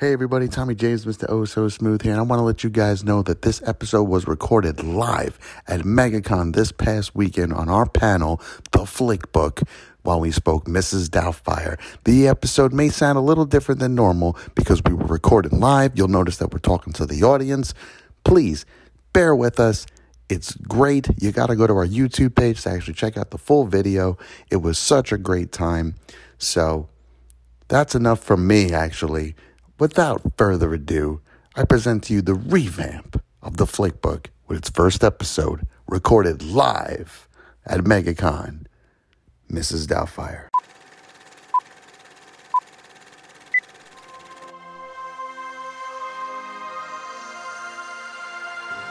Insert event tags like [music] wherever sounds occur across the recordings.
Hey everybody, Tommy James, Mr. Oh So Smooth here, and I want to let you guys know that this episode was recorded live at MegaCon this past weekend on our panel, The Flick Book, while we spoke Mrs. Doubtfire. The episode may sound a little different than normal because we were recorded live. You'll notice that we're talking to the audience. Please bear with us. It's great. You got to go to our YouTube page to actually check out the full video. It was such a great time. So, that's enough from me, actually. Without further ado, I present to you the revamp of the Flick Book with its first episode recorded live at MegaCon. Mrs. Doubtfire.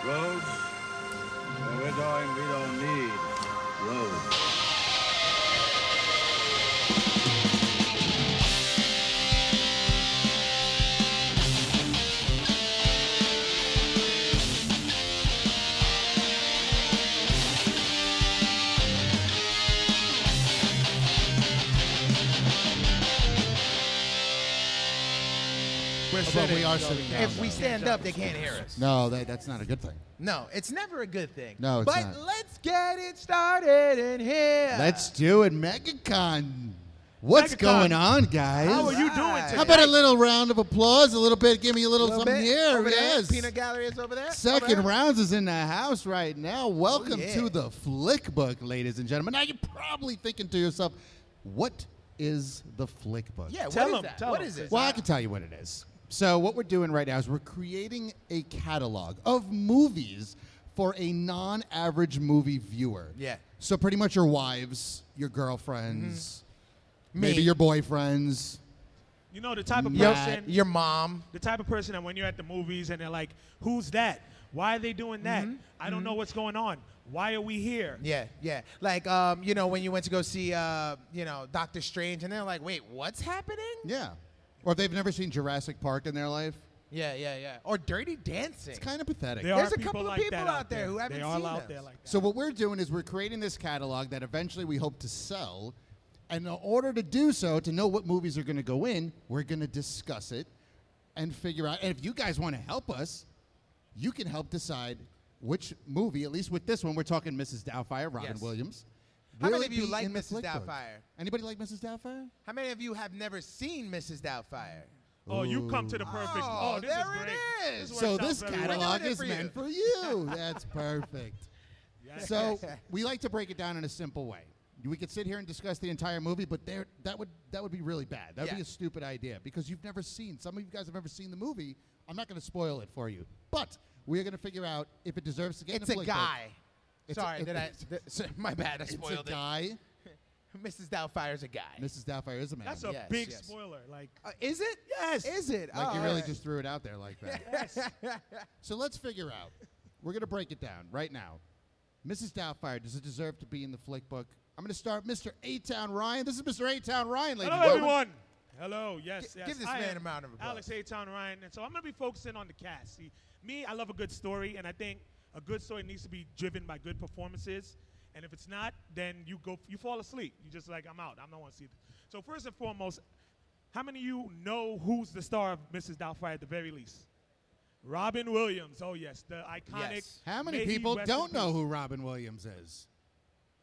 Roads? When we're going, we don't need roads. We're But sitting. we are sitting down. If we stand up, they can't hear us. no, that, that's not a good thing. No, it's never a good thing. No, it's but not. let's get it started in here. Let's do it, MegaCon. What's MegaCon. going on, guys? How are you doing today? How about a little round of applause? A little bit. Give me a a little, little something bit here. over there. yes. Peanut Gallery is over there. Second over there. rounds is in the house right now. Welcome yeah. to the Flick Book, ladies and gentlemen. Now you're probably thinking to yourself, what is the Flick Book? Yeah, Tell what is 'em, that? tell What 'em. is it? Well, I can tell you what it is. So, what we're doing right now is we're creating a catalog of movies for a non average movie viewer. Yeah. So, pretty much your wives, your girlfriends, Mm-hmm. Me. maybe your boyfriends. You know the type of Yep. person, your mom. the type of person that when you're at the movies and they're like, "Who's that? Why are they doing that? I don't know what's going on. Why are we here?" Mm-hmm. Yeah, yeah. Like, um, you know, when you went to go see, uh, you know, Doctor Strange, and they're like, "Wait, what's happening?" Yeah. Or if they've never seen Jurassic Park in their life, Yeah, yeah, yeah. Or Dirty Dancing. it's kind of pathetic. There There's are a couple people of like people that out there who haven't they are seen out those. there like that. So what we're doing is we're creating this catalog that eventually we hope to sell. And in order to do so, to know what movies are going to go in, we're going to discuss it and figure out. And if you guys want to help us, you can help decide which movie, at least with this one, we're talking Mrs. Doubtfire, Robin Yes. Williams. How many will of you be like in the Mrs. flick book. Doubtfire? Anybody like Mrs. Doubtfire? How many of you have never seen Mrs. Doubtfire? oh, you come to the perfect. Oh, Oh, this there it is great. is. works So out this very well. catalog We're doing it is for you. meant for you. [laughs] That's perfect. So we like to break it down in a simple way. We could sit here and discuss the entire movie, but there that would that would be really bad. That would be Yeah. a stupid idea because you've never seen. Some of you guys have never seen the movie. I'm not going to spoil it for you, but we are going to figure out if it deserves to get. in It's the a flick book. guy. It's a- Sorry, it- did I? it's- th- [laughs] so- my bad, I It's spoiled a guy. [laughs] it. Mrs. Doubtfire's a guy. Mrs. Doubtfire is a man. That's a Yes, big yes. spoiler. Like, Uh, is it? Yes. Is it? like Oh, you really alright. just threw it out there like that. [laughs] So let's figure out. We're going to break it down right now. Mrs. Doubtfire, does it deserve to be in the flick book? I'm going to start Mr. A Town Ryan. This is Mr. A Town Ryan, ladies hello and gentlemen. everyone. Hello. Yes. Gi- yes. give this I man am a round of applause. Alex Aton Ryan, and so I'm gonna be focusing on the cast. See, me, I love a good story, and I think a good story needs to be driven by good performances. And if it's not, then you go, you fall asleep. You just like, I'm out. I don't want to see this. So first and foremost, how many of you know who's the star of Mrs. Doubtfire at the very least? Robin Williams. Oh yes, the iconic. Yes. How many May he people rest in don't know peace. who Robin Williams is?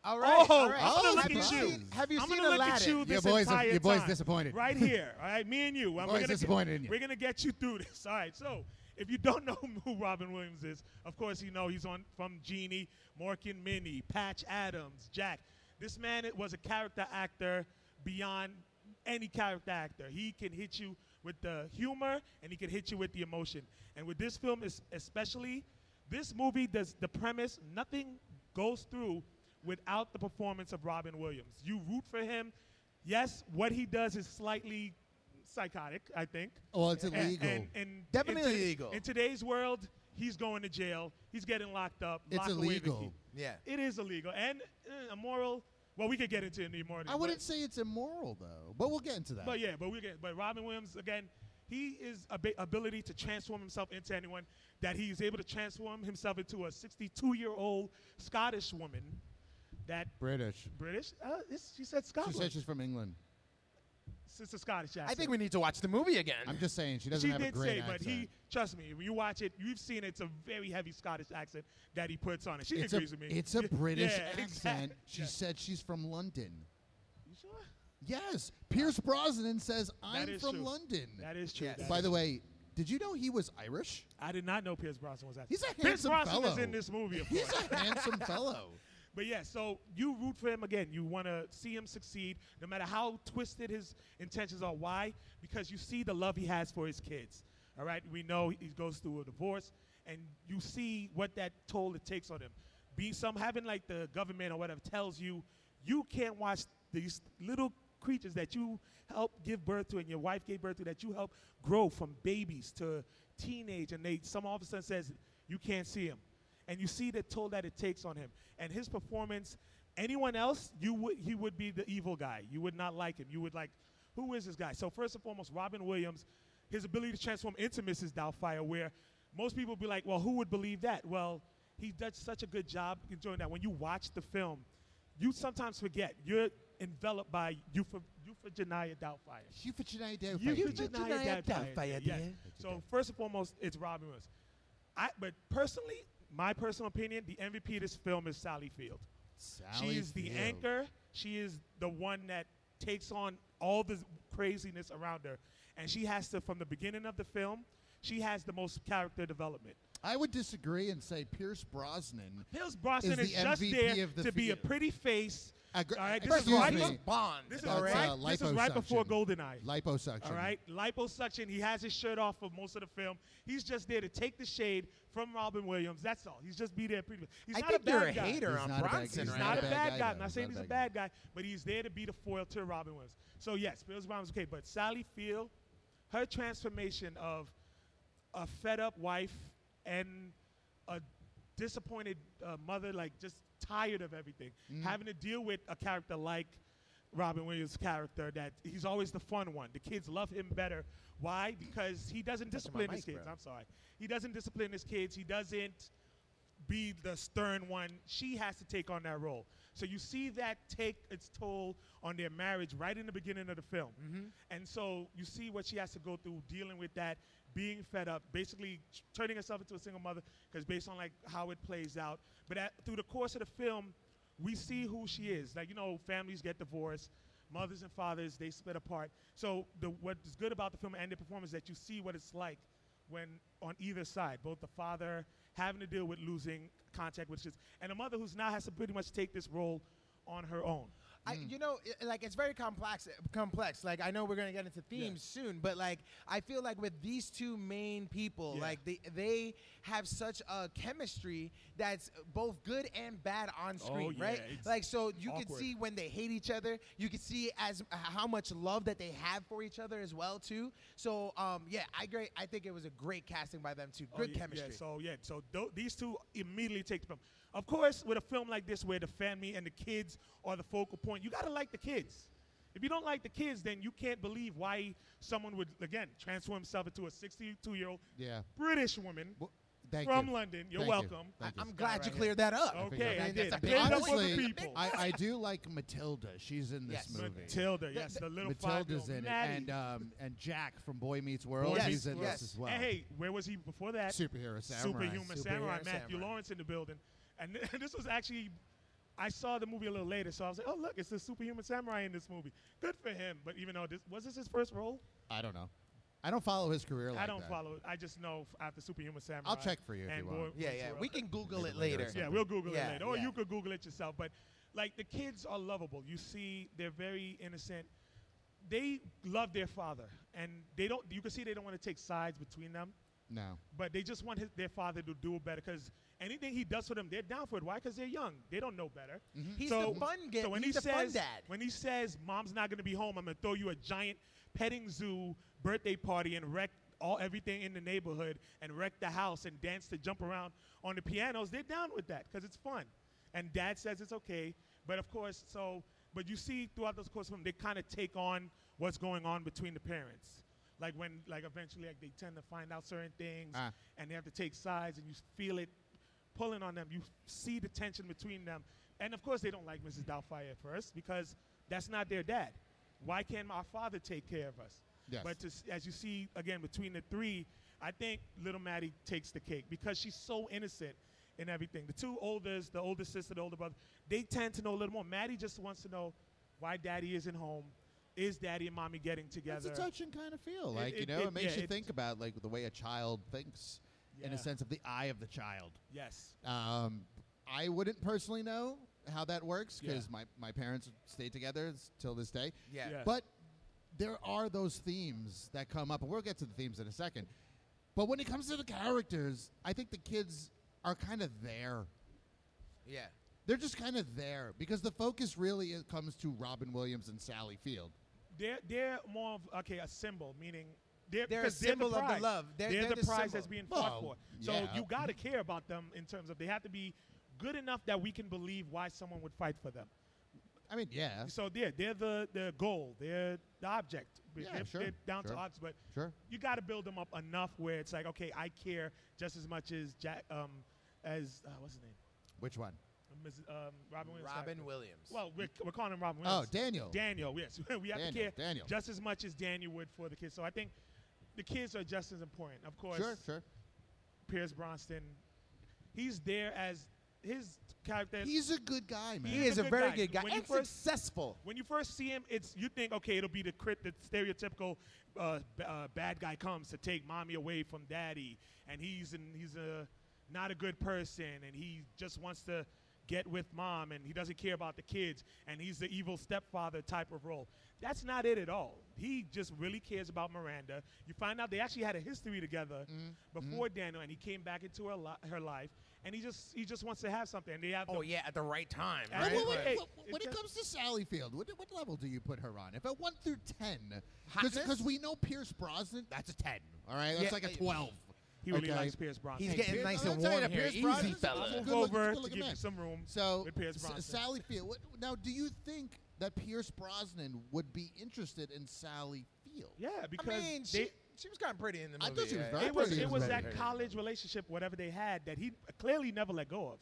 All right. Oh, all right. I'm gonna have look you at you. seen, have you I'm seen gonna look Aladdin? at you this boy's- entire your boy's time. disappointed. Right here. All right, me [laughs] and you. boy's I'm gonna get- disappointed in you. We're gonna get you through this. [laughs] All right. So if you don't know [laughs] who Robin Williams is, of course you know he's on from Genie, Morgan Minnie, Patch Adams, Jack. This man it was a character actor beyond any character actor. He can hit you with the humor and he can hit you with the emotion. And with this film is especially this movie does the premise nothing goes through without the performance of Robin Williams. You root for him. Yes, what he does is slightly psychotic, I think. Well, it's illegal. And, and Definitely in to- illegal. In today's world, he's going to jail. He's getting locked up. It's locked away with illegal. you. Yeah. It is illegal and uh, immoral. Well, we could get into the immoral. I wouldn't say it's immoral though, but we'll get into that. But yeah, but we get. But Robin Williams again, he is a big ability to transform himself into anyone that he is able to transform himself into a 62-year-old Scottish woman. That British. British? Uh, this, she said She Scotland. said she's from England. Sister Scottish accent. I think we need to watch the movie again. I'm just saying she doesn't She have a did great say, accent. but he, trust me, when you watch it, you've seen it's a very heavy Scottish accent that he puts on it. She it's, a, agrees with me. it's a Yeah, British yeah, [laughs] accent. exact- She yeah. said she's from London. You sure? Yes, Pierce Brosnan says That I'm is from true. London. That is true. Yes. That By is- the way, did you know he was Irish? I did not know Pierce Brosnan was that. He's a Pierce handsome Brosnan is fellow. in this movie, of He's course. a handsome fellow. But yeah, so you root for him again. You want to see him succeed, no matter how twisted his intentions are. Why? Because you see the love he has for his kids. All right, we know he goes through a divorce, and you see what that toll it takes on him. Be some having like the government or whatever tells you you can't watch these little creatures that you help give birth to and your wife gave birth to that you help grow from babies to teenage, and they some all of a sudden says you can't see him and you see the toll that it takes on him and his performance. Anyone else, you would he would be the evil guy. You would not like him. You would like, who is this guy? So first and foremost, Robin Williams, his ability to transform into Mrs. Doubtfire, where most people would be like, well, who would believe that? Well, he does such a good job enjoying that. When you watch the film, you sometimes forget you're enveloped by Euph- Euphogenia Doubtfire. You for Chennai Day. You fight. could deny deny that it, that by- by yeah. the- So first and foremost, it's Robin Williams. I, but personally, my personal opinion, the MVP of this film is Sally Field. Sally she is the Field. anchor. She is the one that takes on all the craziness around her, and she has to from the beginning of the film. She has the most character development. I would disagree and say Pierce Brosnan. Pierce Brosnan the is, just MVP there of the to be a field. pretty face. I gr- all right, this is excuse right, me. bef- Bond. This is That's, right. uh, this is right before liposuction. Goldeneye. Liposuction. All right, liposuction. He has his shirt off for most of the film. He's just there to take the shade from Robin Williams. That's all. He's just be there. Pretty much. He's I not think a you're a bad guy. hater He's on not a bad- Bronson he's He's right not a now. bad guy. though. I'm not saying he's a bad guy, but he's there to be the foil to Robin Williams. So yes, Pierce Brosnan's okay, but Sally Field, her transformation of a fed up wife and a disappointed uh, mother, like just tired of everything, having to deal with a character like Robin Williams' character that he's always the fun one. The kids love him better. Why? Because he doesn't discipline his mic, kids. bro. I'm sorry. He doesn't discipline his kids. He doesn't be the stern one. She has to take on that role. So you see that take its toll on their marriage right in the beginning of the film. And so you see what she has to go through dealing with that, being fed up, basically t- turning herself into a single mother because based on like how it plays out. But at, through the course of the film, we see who she is. Like you know, families get divorced, mothers and fathers they split apart. So the, what is good about the film and the performance is that you see what it's like when on either side, both the father having to deal with losing contact with his, and a mother who's now has to pretty much take this role on her own. I, Mm. you know, i like it's very complex. Complex. Like I know we're gonna get into themes soon, but like I feel like with these two main people, Yeah. like they they have such a chemistry that's both good and bad on screen, Oh, yeah, right? it's Like so you can awkward. see when they hate each other. You can see as how much love that they have for each other as well too. So um, yeah, I great. I think it was a great casting by them too. Oh, Good yeah, chemistry. Yeah, so yeah, so tho- these two immediately take the film. Of course, with a film like this where the family and the kids are the focal point, you gotta like the kids. If you don't like the kids, then you can't believe why someone would again transform himself into a 62-year-old Yeah. British woman Well, thank from you. London. You're Thank you. welcome. I, Thank you. I'm glad you right cleared that up. Okay, Figured I out. did. That's a Big big up for honestly, the Honestly, people. I, I do like Matilda. She's in this Yes. movie. Matilda, yes, the, little Matilda's five-year-old in it, Maddie. and um, and Jack from Boy Meets World. Boy he's Meets in World. this as well. And hey, where was he before that? superhero samurai. Superhuman Superhero Samurai, Matthew Samurai. Lawrence in the building. And [laughs] this was actually, I saw the movie a little later, so I was like, oh, look, it's the Superhuman Samurai in this movie. Good for him. But even though this, was this his first role? I don't know. I don't follow his career. Like I don't that. follow it. I just know f- after Superhuman Samurai. check for you if you and Boy want. Yeah, Meets yeah. World. We can Google it later or later. something. Yeah, we'll Google Yeah, it later. Or yeah. you could Google it yourself. But like the kids are lovable. You see, they're very innocent. They love their father, and they don't. You can see they don't want to take sides between them, No. but they just want his, their father to do better. Because anything he does for them, they're down for it. Why? Because they're young. They don't know better. Mm-hmm. He's So- the fun get. So when he's he the fun says, dad. when he says, "Mom's not gonna be home," I'm gonna throw you a giant petting zoo birthday party and wreck all everything in the neighborhood and wreck the house and dance to jump around on the pianos. They're down with that because it's fun, and Dad says it's okay. But of course, so but you see throughout those course of them, they kind of take on what's going on between the parents. Like when, like eventually, like they tend to find out certain things, Ah. and they have to take sides, and you feel it pulling on them. You see the tension between them. And of course, they don't like Mrs. Doubtfire at first because that's not their dad. why can't my father take care of us? Yes. But to, s- as you see again between the three, I think little Maddie takes the cake because she's so innocent in everything. The two oldest, the older sister, the older brother, they tend to know a little more. Maddie just wants to know why daddy isn't home. Is daddy and mommy getting It's together? a touching kind of feel. Like, you it- know, it- it, makes yeah, you it- think about like the way a child thinks in Yeah. a sense of the eye of the child. yes. Um, I wouldn't personally know how that works because Yeah. my, my parents stayed together s- till this day. Yeah. Yeah. But there are those themes that come up, and we'll get to the themes in a second. But when it comes to the characters, I think the kids are kind of there. Yeah. They're just kind of there because the focus really is, comes to Robin Williams and Sally Field. They're they're more of okay a symbol, meaning they're, They're a 'cause symbol of the the prize. love. They're- they're the, the prize symbol. that's being fought Well, for. So yeah. you got to care about them in terms of they have to be good enough that we can believe why someone would fight for them. I mean, yeah, So they're they're the the goal. They're the object. But Yeah, they're, sure, they're down sure. to objects, but Sure. you got to build them up enough where it's like okay, I care just as much as Jack um as uh, what's his name. Which one? Mrs. Um, Robin Williams. Robin character. Williams. Well, we're, we're calling him Robin Oh, Williams. Daniel. Daniel, yes. [laughs] we have to Daniel, care Daniel. just as much as Daniel would for the kids. So I think the kids are just as important. Of course, Sure, sure. Pierce Bronston, he's there as his character. He's a good guy, man. he he's is a a good very guy. good guy When you and first- successful. when you first see him, it's you think okay, it'll be the crit, the stereotypical uh, b- uh, bad guy comes to take mommy away from daddy, and he's and he's a not a good person, and he just wants to get with mom, and he doesn't care about the kids, and he's the evil stepfather type of role. That's not it at all. He just really cares about Miranda. You find out they actually had a history together Mm-hmm. before Daniel, and he came back into her li- her life, and he just he just wants to have something. And they have Oh the- yeah, at the right time. At Right? the Well, when, right- Hey, when- it when it just- comes to Sally Field, what, what level do you put her on? If at one through ten, Hotness? because we know Pierce Brosnan, that's a ten. All right, that's Yeah, like a uh, twelve. he really okay? likes Pierce Brosnan. He's getting nice I'm and telling warm you, here. Pierce Easy, Brosnans- fella. I'll Move good look- over good to looking give you man. some room So, with Pierce S- Brosnan. Sally Field. What, now, do you think that Pierce Brosnan would be interested in Sally Field? Yeah, because I mean, they, she, she was kind of pretty in the I movie. thought she was yeah. very it was pretty. it was Very that college relationship, whatever they had, that he clearly never let go of.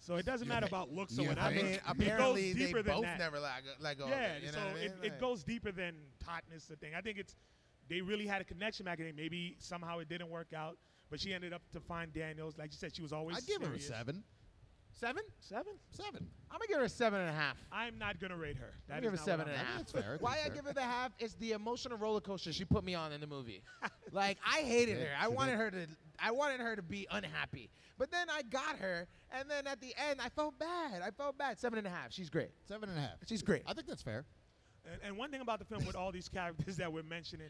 So it doesn't matter about looks or you whatever. I I mean, mean, think- It goes apparently they deeper than both that. never let, let go. Yeah, of it, you so know what I it, mean? it Like- goes deeper than hotness. The thing I think it's they really had a connection back in the day. Maybe somehow it didn't work out, but she ended up to find Daniels. Like you said, she was always. I'd give her a serious. seven. seven. Seven? Seven. I'm gonna give her a seven and a half. I'm not gonna rate her. I That give is her not seven what and a I'm- half. that's fair, that's Why I fair. give her the half is the emotional roller coaster she put me on in the [laughs] movie. like I hated Yeah, her. I she wanted her to. I wanted her to be unhappy. But then I got her, and then at the end I felt bad. I felt bad. Seven and a half. She's great. Seven and a half. She's great. I think that's fair. And, and one thing about the film with all these characters [laughs] that we're mentioning,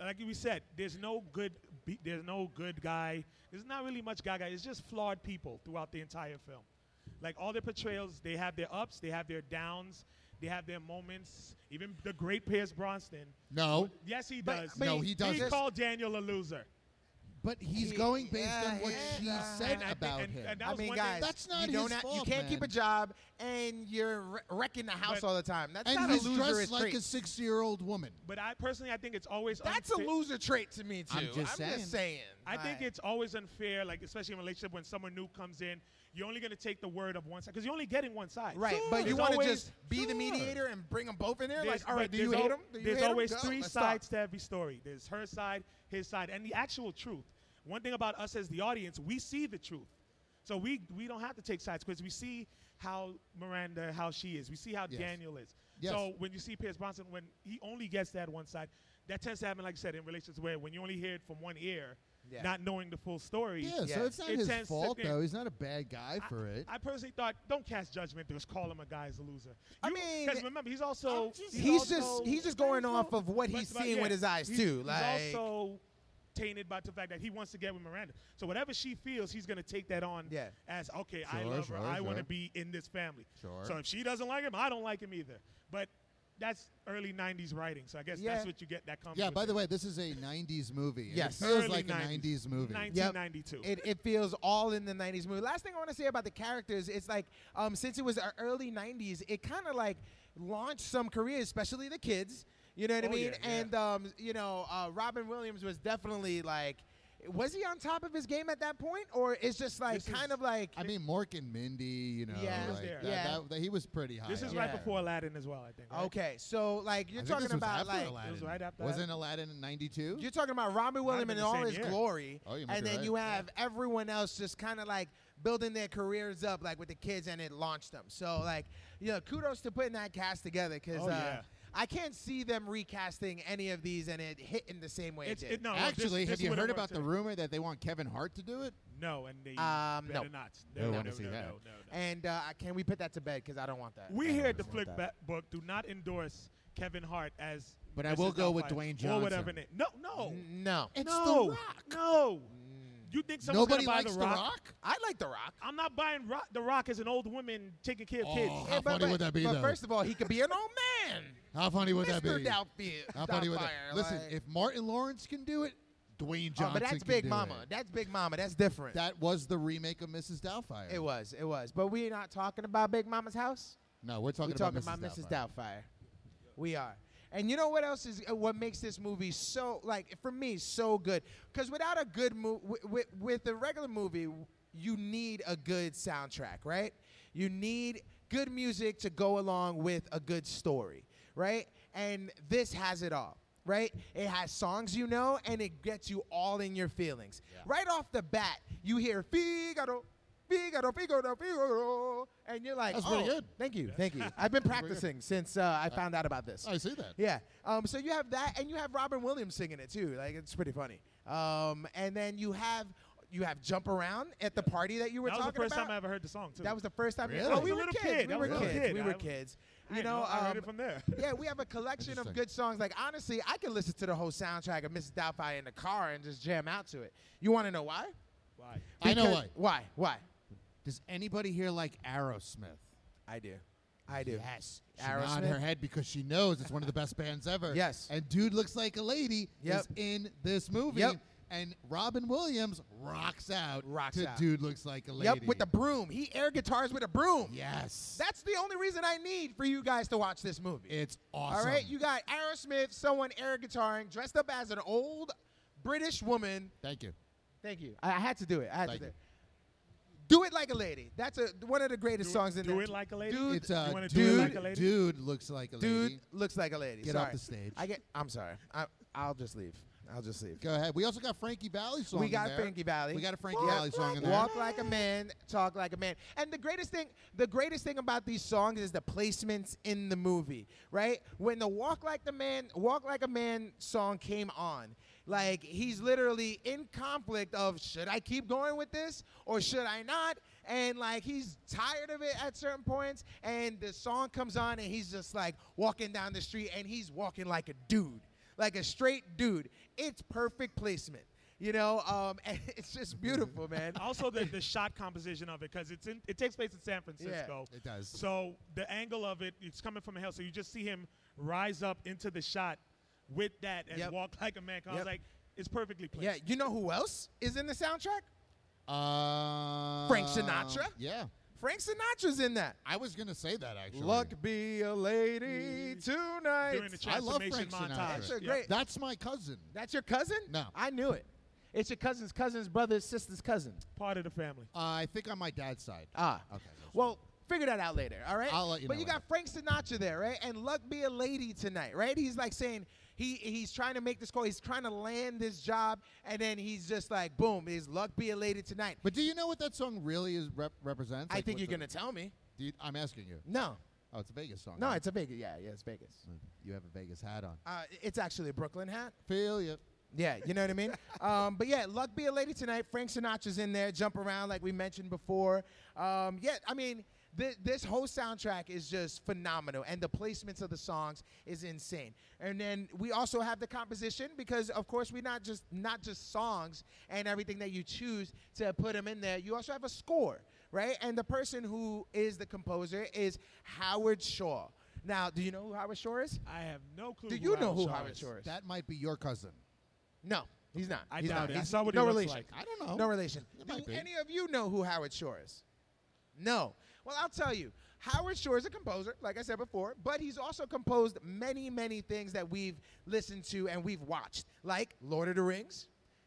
like we said, there's no good, be, there's no good guy. There's not really much guy guy. It's just flawed people throughout the entire film. Like all their portrayals, they have their ups, they have their downs, they have their moments. Even the great Pierce Bronsnan. No, Yes, he But- does. but No, he He doesn't. called Daniel a loser. but he's He- going based yeah, on what yeah, she yeah. said And I think- about and- him. and that I was mean, one thing- guys, That's not you don't his ha- You fault, can't keep a man. job, and you're wre- wrecking the house But- all the time. That's and not a he's loser dressed like trait. a six-year-old woman. But I personally, I think it's always That's a unfair- loser trait to me too. I'm just saying. I think Like- it's always unfair, like especially in a relationship when someone new comes in, you're only going to take the word of one side because you're only getting one side. Right, but you There's want to always- just be the sure. mediator and bring them both in there. There's- Like, all right, but do you there's hate al- them? Do you there's hate 'em? always Go, three let's sides talk. to every story. There's her side, his side, and the actual truth. One thing about us as the audience, we see the truth, so we we don't have to take sides because we see how Miranda, how she is, we see how Yes. Daniel is. Yes. So when you see Pierce Bronson, when he only gets that one side, that tends to happen, like I said, in relationships where when you only hear it from one ear, Yeah. not knowing the full story. Yeah, Yeah. so it's not It his tends to fault be- though. He's not a bad guy I- for it. I personally thought, don't cast judgment. Just call him a guy as a loser. I mean, because remember, he's also I'm just- He's also- just he's just going off of what but- he's but seeing yeah, with his eyes he's- too. he's Like, also tainted by the fact that he wants to get with Miranda. So whatever she feels, he's gonna take that on. Yeah. As okay, I Sure, love sure, her. I want sure. to be in this family. Sure. So if she doesn't like him, I don't like him either. But that's early '90s writing, so I guess Yeah. that's what you get. That comes. yeah. with By it. the way, this is a '90s movie. and Yes. it feels Early like a 90s. '90s movie. 1992. it, it feels all in the 90s movie. Last thing I want to say about the characters is like, um, since it was our early 90s, it kind of like launched some careers, especially the kids. You know what I Oh, mean? yeah, yeah. and, um, you know, uh, Robin Williams was definitely like, was he on top of his game at that point, or it's just like This is- kind of like I mean, Mork and Mindy, you know, Yeah. like, Yeah. that- that- that- he was pretty high. This is up right there. before Aladdin as well, I think. right? okay, so like I you're think talking this was about after like Aladdin. It was right after Wasn't Aladdin in '92? you're talking about Robin Williams been in the all same his year. glory, Oh, you might and be then right. you Yeah. have everyone else just kind of like building their careers up like with the kids, and it launched them. So like you know, kudos to putting that cast together because. Oh, uh, yeah. I can't see them recasting any of these and it hitting the same way It's, it did. it, no, no, this- Actually, this have you would've heard worked about the today. rumor that they want Kevin Hart to do it? No, and they Um, better no. not. I No, no, wanna no, see no, that. no, no, no. And uh, can we put that to bed? Because I don't want that. We I here don't at the want Flick that. ba- Book do not endorse Kevin Hart as. But I as will his go with outfit Dwayne Or whatever Johnson. name. No, no. No, It's no. The Rock. No. You think someone's Nobody gonna buy likes the Rock? I like The Rock. I'm not buying Rock, The Rock as an old woman taking care of kids. Oh, How funny would that be, But though? first of all, he could be an old man. How funny would that be? Mr. Doubtfield. How funny would that? Doubtfire, Listen, like- if Martin Lawrence can do it, Dwayne Johnson. oh, but that's can Big do Mama. it. That's Big Mama. That's different. That was the remake of Mrs. Doubtfire. it was. It was. But we're not talking about Big Mama's house. no, we're talking, We're talking about, Mrs. Mrs. Doubtfire. We are. And you know what else is uh, what makes this movie so like for me so good? Because without a good movie, with, with a regular movie, you need a good soundtrack, right? You need good music to go along with a good story, right? And this has it all, right? It has songs you know, and it gets you all in your feelings. Right off the bat, you hear Figaro, Figaro, Figaro, Figaro, and you're like, That's oh, pretty good. Thank you, thank [laughs] you. I've been practicing since uh, I found out about this. I see that. Yeah. Um, so you have that, and you have Robin Williams singing it too. Like it's pretty funny. Um, and then you have you have jump around at the party that you were that was the talking first about. time I ever heard the song, too. that was the first time. Really? Well, I we was a were little kids. kid. We I were was a kids. little kid. We I were was- kids. I You know, know. I heard um, it from there. [laughs] yeah, we have a collection of Interesting. good songs. Like honestly, I could listen to the whole soundtrack of Mrs. Doubtfire in the car and just jam out to it. You want to know why? Why? I know Because- why. Why? Why? Does anybody here like Aerosmith? I do. I do. Yes. She nodded Aerosmith. her head because she knows it's one of the best bands ever. Yes. And Dude Looks Like a Lady Yep. is in this movie. Yep. And Robin Williams rocks out Rocks to out. Dude Looks Like a Lady. Yep, with the broom. He air guitars with a broom. Yes. That's the only reason I need for you guys to watch this movie. it's awesome. All right, you got Aerosmith, someone air guitaring, dressed up as an old British woman. Thank you. Thank you. I, I had to do it. I had Thank to do you. it. Do it like a lady. That's a one of the greatest Do- songs in Do there. It Like a Lady? Dude, It's uh, You wanna dude, do it like a lady? dude looks like a lady. dude looks like a lady. Get off Sorry. the stage. I get. I'm sorry. I, I'll just leave. I'll just leave. Go ahead. We also got Frankie Valley song. We in got there. Frankie Valley. We got a Frankie Valley song in there. Walk like a man, talk like a man. And the greatest thing, the greatest thing about these songs is the placements in the movie, right? When the Walk Like the Man, Walk Like a Man song came on, like he's literally in conflict of should I keep going with this or should I not? And like he's tired of it at certain points, and the song comes on and he's just like walking down the street and he's walking like a dude. Like a straight dude. It's perfect placement. You know, um, [laughs] and it's just beautiful, [laughs] man. [laughs] also the, the shot composition of it because it's in, it takes place in San Francisco. it does. So the angle of it, it's coming from a hill, so you just see him rise up into the shot with that and Yep. walk like a man. 'Cause I Yep. was like, it's perfectly placed. Yeah, you know who else is in the soundtrack? Uh, Frank Sinatra? Yeah. Frank Sinatra's in that. I was gonna say that actually. Luck be a lady Mm. tonight. During the I love transformation Frank Sinatra. montage. That's a Yep. great- That's my cousin. That's your cousin? No. I knew it. It's your cousin's cousin's brother's sister's cousin. Part of the family. Uh, I think on my dad's side. Ah. Okay. Well, figure that out later, all right? I'll let you but know you got Frank Sinatra there, right? And luck be a lady tonight, right? He's like saying he he's trying to make this call. He's trying to land this job, and then he's just like, boom, is luck be a lady tonight. But do you know what that song really is rep- represents? I Like, think what you're the- gonna tell me. Do you, I'm asking you. No, Oh, it's a Vegas song. no, right? it's a Vegas. Yeah, yeah, it's Vegas. You have a Vegas hat on. Uh, it's actually a Brooklyn hat. Feel you. Yeah, you know what I mean? [laughs] um, but yeah, Luck Be a Lady Tonight. Frank Sinatra's in there, jump around like we mentioned before. Um, yeah, I mean, thi- this whole soundtrack is just phenomenal, and the placements of the songs is insane. And then we also have the composition because, of course, we not just not just songs and everything that you choose to put them in there. You also have a score, right? And the person who is the composer is Howard Shaw. Now, do you know who Howard Shaw is? I have no clue. Do you know Howard who Shaw Howard is. Shore is? That might be your cousin. No, he's not. I he's doubt not. it. I He's saw what he no looks relation. like. I don't know. No relation. It Do might be. any of you know who Howard Shore is? No. Well, I'll tell you. Howard Shore is a composer, like I said before, but he's also composed many, many things that we've listened to and we've watched, like Lord of the Rings,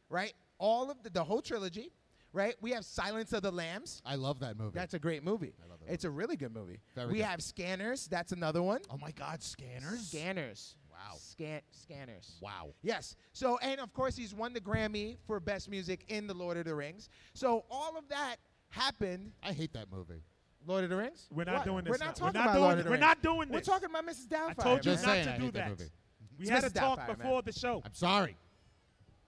right? all of the, the whole trilogy, right? We have Silence of the Lambs. I love that movie. That's a great movie. I love that it's a really good movie. Very we good. have Scanners. That's another one. oh my God, Scanners. Scanners. Wow. Scan Scanners. wow. Yes. So, and of course, he's won the Grammy for Best Music in The Lord of the Rings. So, all of that happened. I hate that movie. Lord of the Rings? We're not What? doing this We're not now. We're talking not about doing Lord it. of the We're Rings. not doing We're this. talking about Mrs. Doubtfire. I told you man. not Just saying, I to do hate that that. movie. We It's had a Mrs. talk Doubtfire, man. before the show. I'm sorry.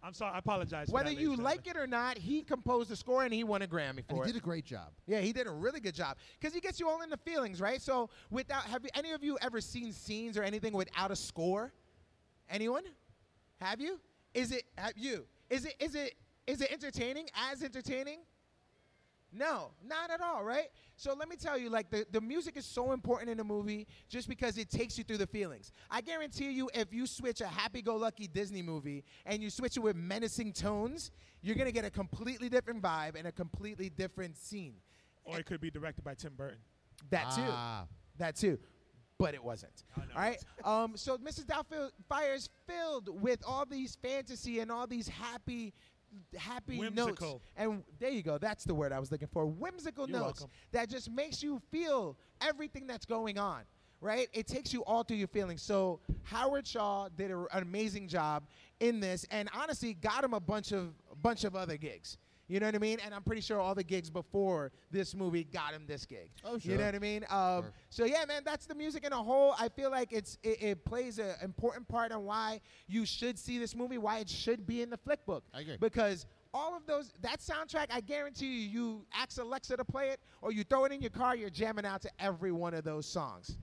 I'm sorry. I apologize. Whether you like it or not, he composed the score and he won a Grammy And for he it. did a great job. Yeah, he did a really good job because he gets you all in the feelings, right? So, without have you, any of you ever seen scenes or anything without a score? Anyone? Have you? Is it have you? Is it is it is it entertaining? As entertaining? No, not at all, right? So let me tell you, like the, the music is so important in a movie just because it takes you through the feelings. I guarantee you, if you switch a happy go lucky Disney movie and you switch it with menacing tones, you're gonna get a completely different vibe and a completely different scene. Or it could be directed by Tim Burton. That too. Ah. That too. But it wasn't. no, all right. Um, so Mrs. Doubtfire is filled with all these fantasy and all these happy, happy notes. Whimsical. And there you go. That's the word I was looking for. Whimsical You're notes welcome. that just makes you feel everything that's going on. Right? It takes you all through your feelings. So Howard Shaw did a, an amazing job in this, and honestly, got him a bunch of a bunch of other gigs. You know what I mean? And I'm pretty sure all the gigs before this movie got him this gig. Oh, You sure. know what I mean? Um, Sure. So yeah, man, that's the music in a whole. I feel like it's it, it plays an important part on why you should see this movie, why it should be in the flick book. I agree. Because all of those that soundtrack, I guarantee you, you ask Alexa to play it, or you throw it in your car, you're jamming out to every one of those songs.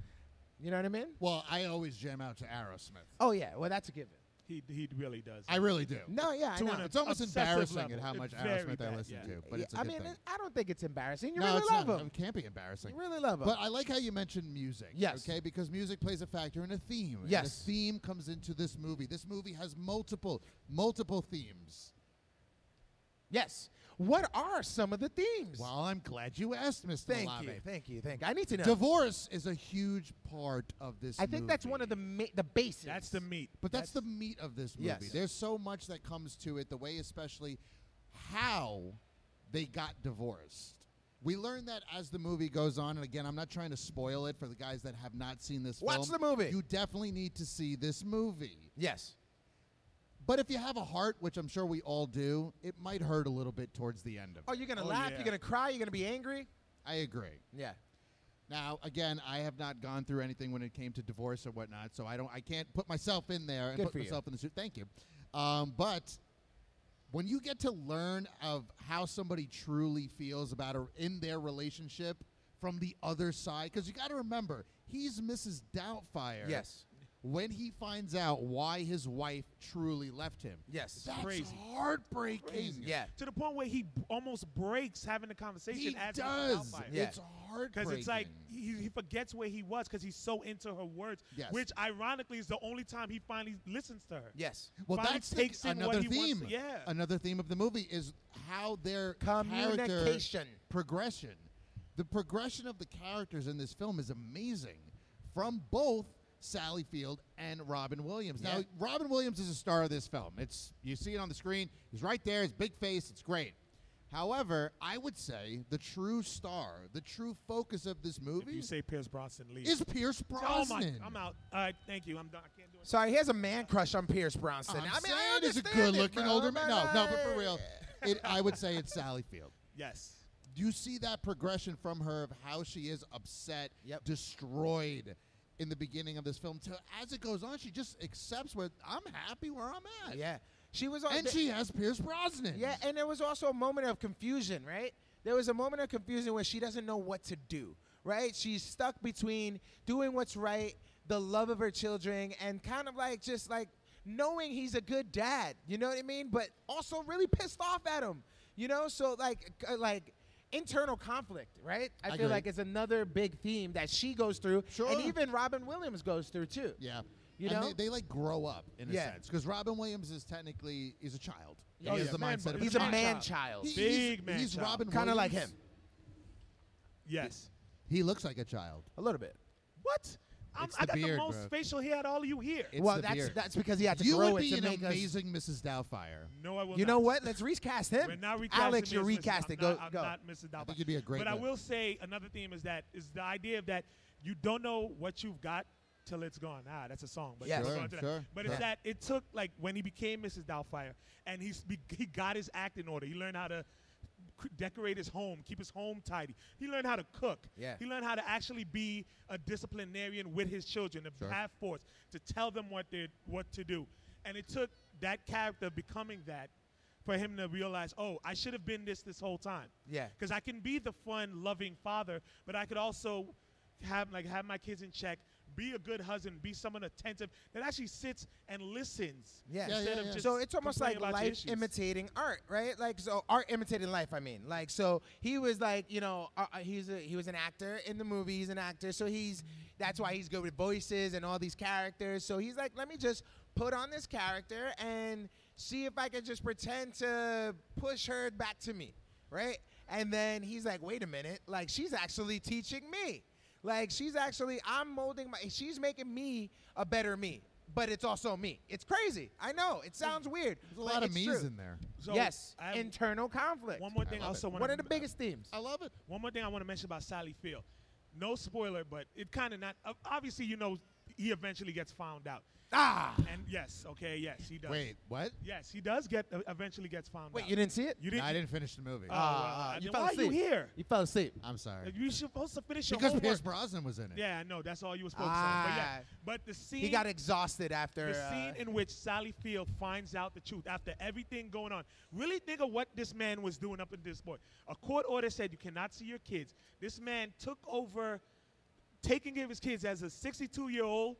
You know what I mean? Well, I always jam out to Aerosmith. Oh yeah, well that's a given. He he really does. I really do. No, yeah, I To know. an It's almost Obsessive embarrassing level. at how It's much very Aerosmith I bad, listen yeah. to, but Yeah, it's a I good mean, thing. I don't think it's embarrassing. You no, really it's love not. him. It can't be embarrassing. You really love him. But I like how you mentioned music. Yes. Okay, because music plays a factor in a theme. and Yes. a theme comes into this movie. This movie has multiple, multiple themes. yes. What are some of the themes? Well, I'm glad you asked, Mr. Thank Lave. you, thank you, thank you. I need to know. Divorce is a huge part of this. I think that's one movie. of the ma- the bases. That's the meat. But that's, the meat of this movie. Yes. There's so much that comes to it, the way especially how they got divorced. We learn that as the movie goes on, and again, I'm not trying to spoil it for the guys that have not seen this Watch film. the movie. You definitely need to see this movie. Yes. But if you have a heart, which I'm sure we all do, it might hurt a little bit towards the end of Oh, it. you're gonna Oh, laugh. yeah. You're gonna cry. You're gonna be angry. I agree. Yeah. Now, again, I have not gone through anything when it came to divorce or whatnot, so I don't, I can't put myself in there and Good put for you. myself in the suit. Thank you. Um, but when you get to learn of how somebody truly feels about her in their relationship from the other side, because you got to remember, he's Mrs. Doubtfire. Yes. When he finds out why his wife truly left him, Yes. that's Crazy. heartbreaking. Yeah. To the point where he b- almost breaks having the conversation. he as does. Yeah. It's heartbreaking. Because it's like he, he forgets where he was because he's so into her words, Yes. which ironically is the only time he finally listens to her. Yes. Well, finally that's the- takes in what another he wants theme. to- yeah. another theme of the movie is how their Communication. character progression. The progression of the characters in this film is amazing, from both Sally Field and Robin Williams. Now, Yeah. Robin Williams is a star of this film. It's you see it on the screen. He's right there. His big face. It's great. However, I would say the true star, the true focus of this If you movie say Pierce Brosnan leaves. is Pierce oh my! Brosnan. I'm out. All right, thank you. I'm done. I can't do it. Sorry, he has a man crush on Pierce Bronson. I'm I mean, I saying he's a understand it, good-looking bro, older man. No, but no, but for I- real, it, I would say it's Sally Field. Yes. you see that progression from her of how she is upset, Yep. destroyed in the beginning of this film. To as it goes on, she just accepts what I'm happy where I'm at. Yeah. She was. on- And she has Pierce Brosnan. Yeah, and there was also a moment of confusion, right? There was a moment of confusion where she doesn't know what to do, right? She's stuck between doing what's right, the love of her children, and kind of like just like knowing he's a good dad, you know what I mean? But also really pissed off at him, you know? So like uh, like internal conflict, right? I, feel agree. like it's another big theme that she goes through, Sure. and even Robin Williams goes through too. yeah. You and know? they, they like grow up in a Yeah. sense because Robin Williams is technically is a child. Oh, he has yeah. the Man, mindset of He's he's a a man man child. child. He- Big he's, man He's child. Robin. Kind of like him, Williams. Yes. He looks like a child. a little bit. What? I'm, It's I the got the beard, most bro. facial hair out of all you here. It's well, the that's beard. that's because he had to you grow would it be to an make us- amazing Mrs. Doubtfire. no, I will You know not. what? Let's recast him. We're not recasting Alex, me you're as Mrs. recasting. I'm Go, not, I'm go. not Mrs. Doubtfire. think you'd be a great But I one. will say another theme is that is the idea of that you don't know what you've got till it's gone. Ah, that's a song. But Yes. we'll Sure, go into that. sure, But sure. it's that it took like when he became Mrs. Doubtfire and he's be, he got his act in order. He learned how to c- decorate his home, keep his home tidy. He learned how to cook. Yeah. He learned how to actually be a disciplinarian with his children, to have force, to tell them what they what to do. And it took that character becoming that for him to realize, oh, I should have been this this whole time. Yeah. Because I can be the fun, loving father, but I could also have like have my kids in check, be a good husband, be someone attentive that actually sits and listens. Yes. Yeah, Instead yeah, of yeah. just so it's almost like complaining about your life issues. imitating art, right? Like so, art imitating life. I mean, like so, he was like, you know, uh, uh, he's a, he was an actor in the movie. He's an actor, so he's that's why he's good with voices and all these characters. So he's like, let me just put on this character and see if I can just pretend to push her back to me, right? And then he's like, wait a minute, like she's actually teaching me. Like she's actually, I'm molding my, she's making me a better me. But it's also me. It's crazy. I know. It sounds weird. There's a lot of me's in there. So yes, I have internal conflict. one more thing. I love also, it. want One of the biggest themes. I love it. One more thing I want to mention about Sally Field. No spoiler, but it kind of not. ob- Obviously, you know, he eventually gets found out. Ah, And yes, okay, yes, he does. Wait, what? Yes, he does get e, eventually gets found wait, out. you didn't see it? You No, didn't. I didn't finish the movie. Uh, Oh, well, you then fell why are you asleep. here? You fell asleep. I'm sorry. You supposed to finish your Because homework. Pierce Brosnan was in it. Yeah, I know. That's all you were supposed to say. But, yeah. Ah. but the scene, He got exhausted after. uh, the scene in which Sally Field finds out the truth after everything going on. Really think of what this man was doing up at this point. A court order said you cannot see your kids. This man took over taking care of his kids as a 62-year-old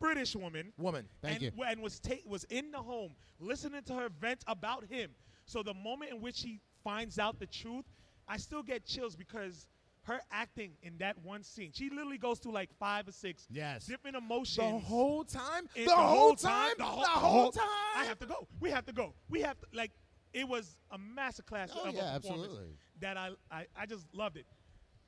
British woman. Woman. Thank and, you. w- And was ta- was in the home listening to her vent about him. So the moment in which she finds out the truth, I still get chills because her acting in that one scene. She literally goes through like five or six Yes. different emotions. the whole time? It- The, whole time? The whole, time? I have to go. We have to go. We have to like. It was a masterclass Oh, of yeah, a performance absolutely. that I, I I just loved it.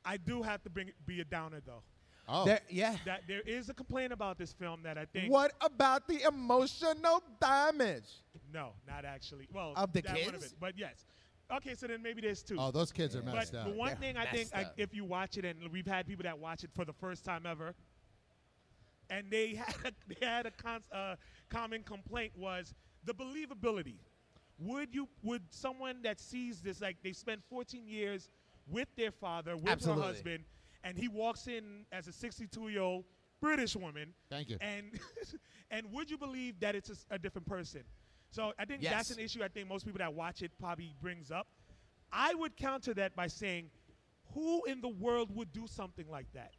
I do have to bring be a downer though. Oh, There- yeah. That there is a complaint about this film that I think What about the emotional damage? no, not actually. Well, Of the that one kids? it, but yes. Okay, so then maybe there's two. oh, those kids are but messed the up. one They're thing I think, messed I, up. if you watch it, and we've had people that watch it for the first time ever, and they [laughs] had a, they had a con- uh, common complaint was the believability. Would you would someone that sees this like they spent 14 years with their father with Absolutely. her husband, and he walks in as a 62 year old British woman? Thank you. And [laughs] and would you believe that it's a, s- a different person? So I think Yes. that's an issue. I think most people that watch it probably brings up. I would counter that by saying, who in the world would do something like that?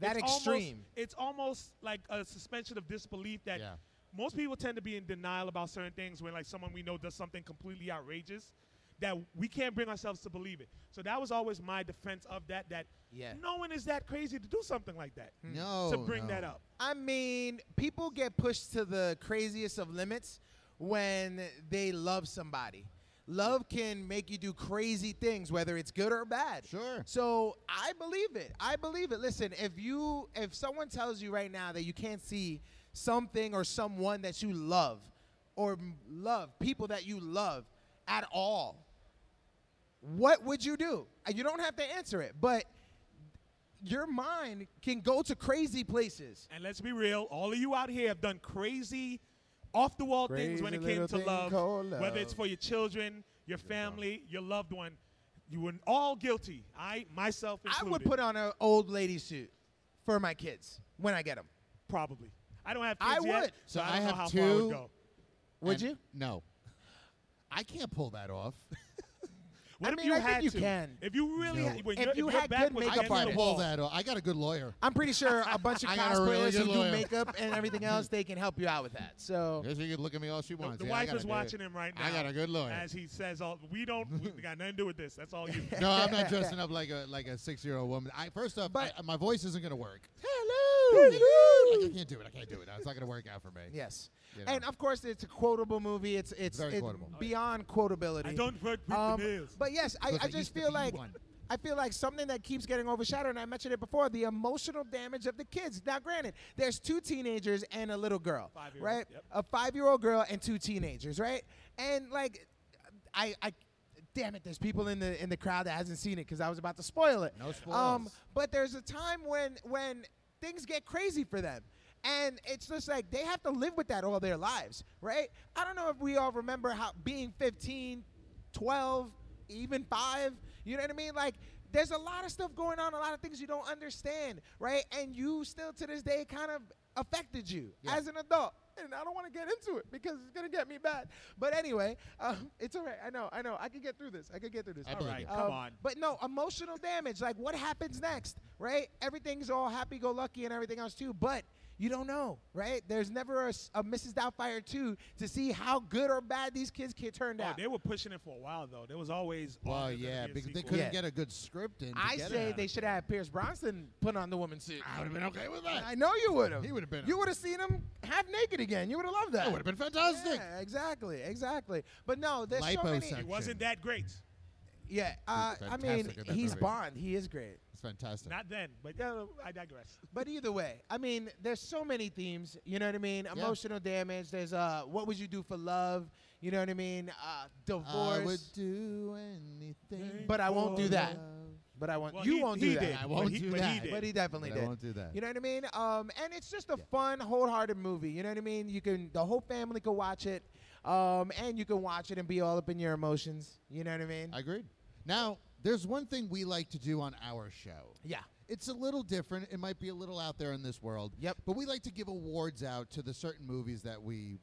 That It's almost- extreme. it's almost like a suspension of disbelief that Yeah. most people tend to be in denial about certain things when like someone we know does something completely outrageous that we can't bring ourselves to believe it. So that was always my defense of that that Yeah. Hmm. no one is that crazy to do something like that. No, To no. bring that up. I mean, people get pushed to the craziest of limits when they love somebody. Love can make you do crazy things, whether it's good or bad. Sure. So I believe it. I believe it. Listen, if you if someone tells you right now that you can't see something or someone that you love or m- love people that you love at all, what would you do? Uh, You don't have to answer it, but your mind can go to crazy places. And let's be real, all of you out here have done crazy, off the wall things when it Crazy came to little thing love, called love. whether it's for your children, your family, your loved one. You were all guilty. I myself I included. would put on an old lady suit for my kids when I get them. probably. I don't have kids I yet, would. So so, I I don't know have how far I would two- go. Would And- you? No. I can't pull that [laughs] off. What I if mean, you I think had you to? can. If you really, No. had, when If your- you your had back good was makeup against the I artists. can't wall. pull that off. I got a good lawyer. I'm pretty sure a bunch of [laughs] I got a really cosplayers good who do lawyer. makeup and everything [laughs] else, they can help you out with that. So Yes, she can look at me all she wants. The Yeah, I wife got is a good- watching him right now. I got a good lawyer. As he says, "All we don't, we got nothing to do with this. That's all you." [laughs] no, I'm [laughs] not dressing up like a like a six year old woman. I first off, But- I- my voice isn't gonna work. hello. Like, I can't do it. I can't do it. It's not gonna work out for me. Yes. You know. And of course, it's a quotable movie. It's it's, Very it's quotable. beyond quotability. I don't work with the Um, nails. But yes, I, Because I I just used to feel be like one. I feel like something that keeps getting overshadowed, and I mentioned it before, the emotional damage of the kids. Now, granted, there's two teenagers and a little girl, Five-year-old, right? yep. A five-year-old girl and two teenagers, right? And like, I, I, damn it, there's people in the in the crowd that hasn't seen it because I was about to spoil it. No spoils. Um, but there's a time when when things get crazy for them. And it's just like they have to live with that all their lives, right? I don't know if we all remember how being 15, 12, even 5, you know what I mean? Like there's a lot of stuff going on, a lot of things you don't understand, right? And you still to this day kind of affected you Yeah. as an adult. And I don't want to get into it because it's going to get me bad. But anyway, um, it's all right. I know, I know. I can get through this. I can get through this. I believe you. right. Come Um, on. But no, emotional damage. Like what happens next, right? Everything's all happy go lucky and everything else too, but you don't know, right? There's never a, s- a Mrs. Doubtfire 2 to see how good or bad these kids can turned Oh, out. they were pushing it for a while though. There was always. oh, Well, there's gonna yeah, be a because they sequel. couldn't Yeah. get a good script in. to I get it say out they of should it. have Pierce Bronson put on the woman's suit. I would have been okay with that. I know you would have. Ah, He would've been- You would have seen him half naked again. You would have loved that. That would have been fantastic. Yeah, exactly, exactly. But no, there's so many. Liposuction. It wasn't that great. Yeah, uh, I mean, fantastic in that he's movie. Bond. He is great. It's fantastic. Not then, but uh, I digress. But either way, I mean, there's so many themes. You know what I mean? Emotional damage. There's uh, what would you do for love? You know what I mean? Uh, divorce. I would do anything. but I won't do for that. love. But I won't. Well, you he- won't he do that. did. I But won't he- do but he that. did. But he definitely But I did. won't do that. You know what I mean? Um, and it's just a fun, wholehearted movie. You know what I mean? You can the whole family could watch it, um, and you can watch it and be all up in your emotions. You know what I mean? I agreed. Now, there's one thing we like to do on our show. yeah. It's a little different. It might be a little out there in this world. Yep. But we like to give awards out to the certain movies that we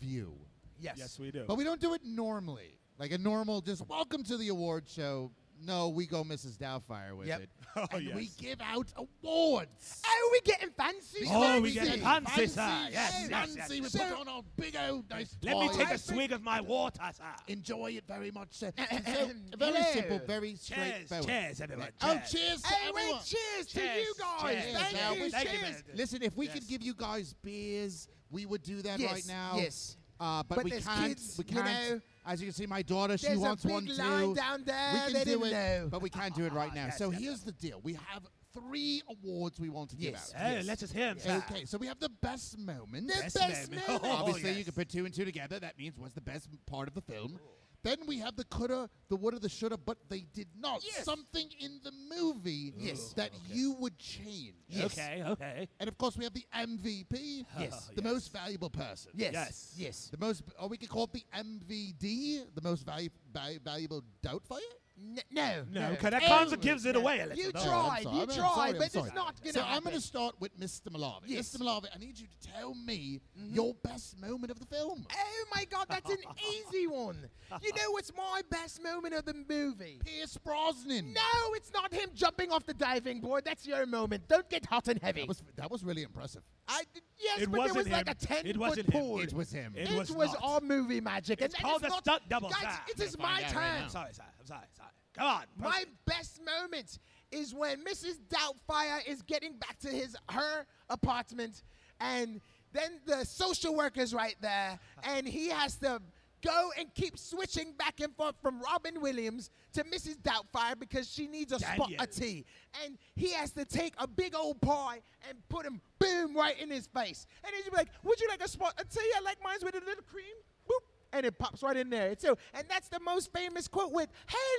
view. Yes. Yes, we do. But we don't do it normally. Like a normal, just welcome to the award show. No, we go Mrs. Doubtfire with Yep. it. [laughs] Oh, and we yes. give out awards. Oh, we getting fancy? Oh, we fancy. get fancy, sir. Yes, yes, yes. fancy. We So- put on our big old nice Let me toys. take I a swig of my water, sir. Enjoy it very much, [laughs] sir. And so, very Hello. simple, very straightforward. Cheers, cheers, everyone. Oh, cheers. cheers to Hey, wait, everyone. cheers to Cheers, you guys. cheers. Thank Now, you. we- Thank you, cheers. man. Listen, if we Yes. could give you guys beers, we would do that Yes, right now. yes. Uh, but, But we there's can't. kids, we you can't. know. As you can see, my daughter, she There's a wants big one too. line down there, We can they do didn't it, know. but we can't do it right now. Yes, so yes, here's the deal: we have three awards we want to Yes. give out. Hey, let us hear him, sir. Okay, so we have the best moment. The Best best moment. moment. Obviously, [laughs] Oh, you yes. can put two and two together. That means what's the best part of the film. Then we have the coulda, the woulda, the shoulda, but they did not. Yes. Something in the movie Yes. Oh, that you would change. Okay, okay. And of course, we have the MVP. Yes. The most valuable person. Yes. Yes. Yes. The most, or we could call it the MVD, the most valu- valu- valuable doubtfire. N- no. No, because that Kanza Oh, gives it no. away a little. You don't tried. try. sorry, You I'm sorry, tried, I'm but sorry. it's not gonna. so I'm going happen. to start with Mr. Malavi. Yes. Mm-hmm. Mr. Malavi, I need you to tell me your best moment of the film. Oh my God, that's [laughs] an easy one. You know what's my best moment of the movie? Pierce Brosnan. No, it's not him jumping off the diving board. That's your moment. Don't get hot and heavy. That was, that was really impressive. I did- yes, It but there wasn't was like him. a ten It foot wasn't him. pool. It was him. It It was was, not. all movie magic. It's and called that a is not, stunt double. Guys, Ah, it I'm is gonna my find out right turn. now. I'm sorry, sir. I'm sorry, sir. Come on. My proceed. best moment is when Mrs. Doubtfire is getting back to his her apartment, and then the social worker's right there, and he has to go and keep switching back and forth from Robin Williams to Mrs. Doubtfire because she needs a spot Daniel. a tea, and he has to take a big old pie and put him boom right in his face, and he's like, "Would you like a spot a tea? I like mine's with a little cream." Boop. And it pops right in there too, and that's the most famous quote with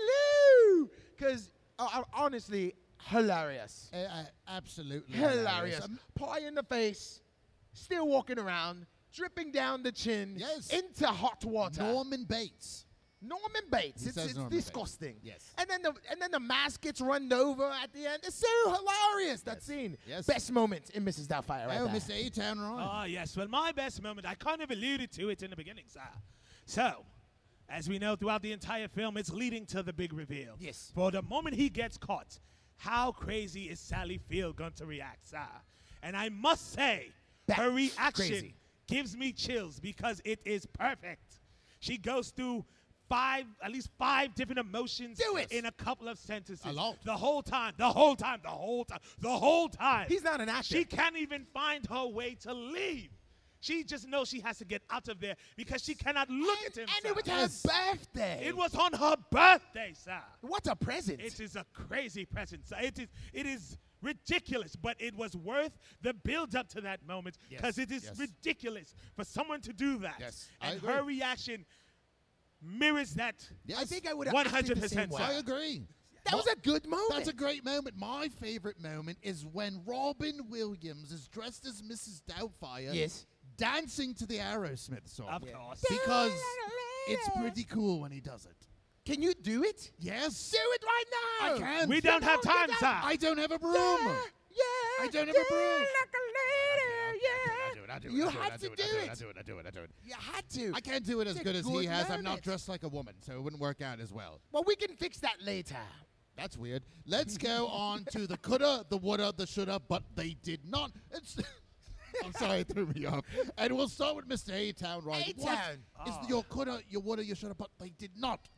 "Hello," because uh, uh, honestly, hilarious, Uh, uh, absolutely. hilarious. Um, Pie in the face, still walking around, dripping down the chin, Yes. into hot water. Norman Bates. Norman Bates. He it's says it's Norman Bates. disgusting. Yes. And then the and then the mask gets run over at the end. It's so hilarious that scene. Yes. Best moment in Mrs. Doubtfire right oh, there. Mr. A Town Ryan. Oh, Ah, yes. Well, my best moment, I kind of alluded to it in the beginning, sir. So, as we know throughout the entire film, it's leading to the big reveal. Yes. For the moment he gets caught, how crazy is Sally Field going to react, sir? And I must say, her That's reaction crazy. gives me chills because it is perfect. She goes through five, at least five different emotions Do it. in a couple of sentences. A lot. The whole time, the whole time, the whole time, the whole time. He's not an actor. She can't even find her way to leave. She just knows she has to get out of there because she cannot look and, at him. and it was sir. her birthday. It was on her birthday, sir. What a present. It is a crazy present, sir. It is it is ridiculous, but it was worth the build up to that moment because it is yes. ridiculous for someone to do that. Yes, I and agree. her reaction mirrors that. Yes. I think I would have acted the same 100% way. I agree. That was a good moment. That's a great moment. My favorite moment is when Robin Williams is dressed as Mrs. Doubtfire. Yes. Dancing to the Aerosmith song. Of course. Because it's pretty cool when he does it. Can you do it? Yes. Do it right now. I can. We don't have time, sir. I don't have a broom. Yeah. I don't have a yeah, broom. Like a lady. I Yeah. do it. I do it. You I do it, had to I I do I it. do it. I do it. I do it. You had to. I can't do it as It's a good as good he has. I'm not moment. dressed like a woman, so it wouldn't work out as well. Well, we can fix that later. That's weird. Let's go on to the coulda, the woulda, the shoulda, but they did not. It's [laughs] I'm sorry, it threw me off. And we'll start with Mr. A-Town, right? What A-Town. Ah. is your coulda, your woulda, your shoulda, but they did not?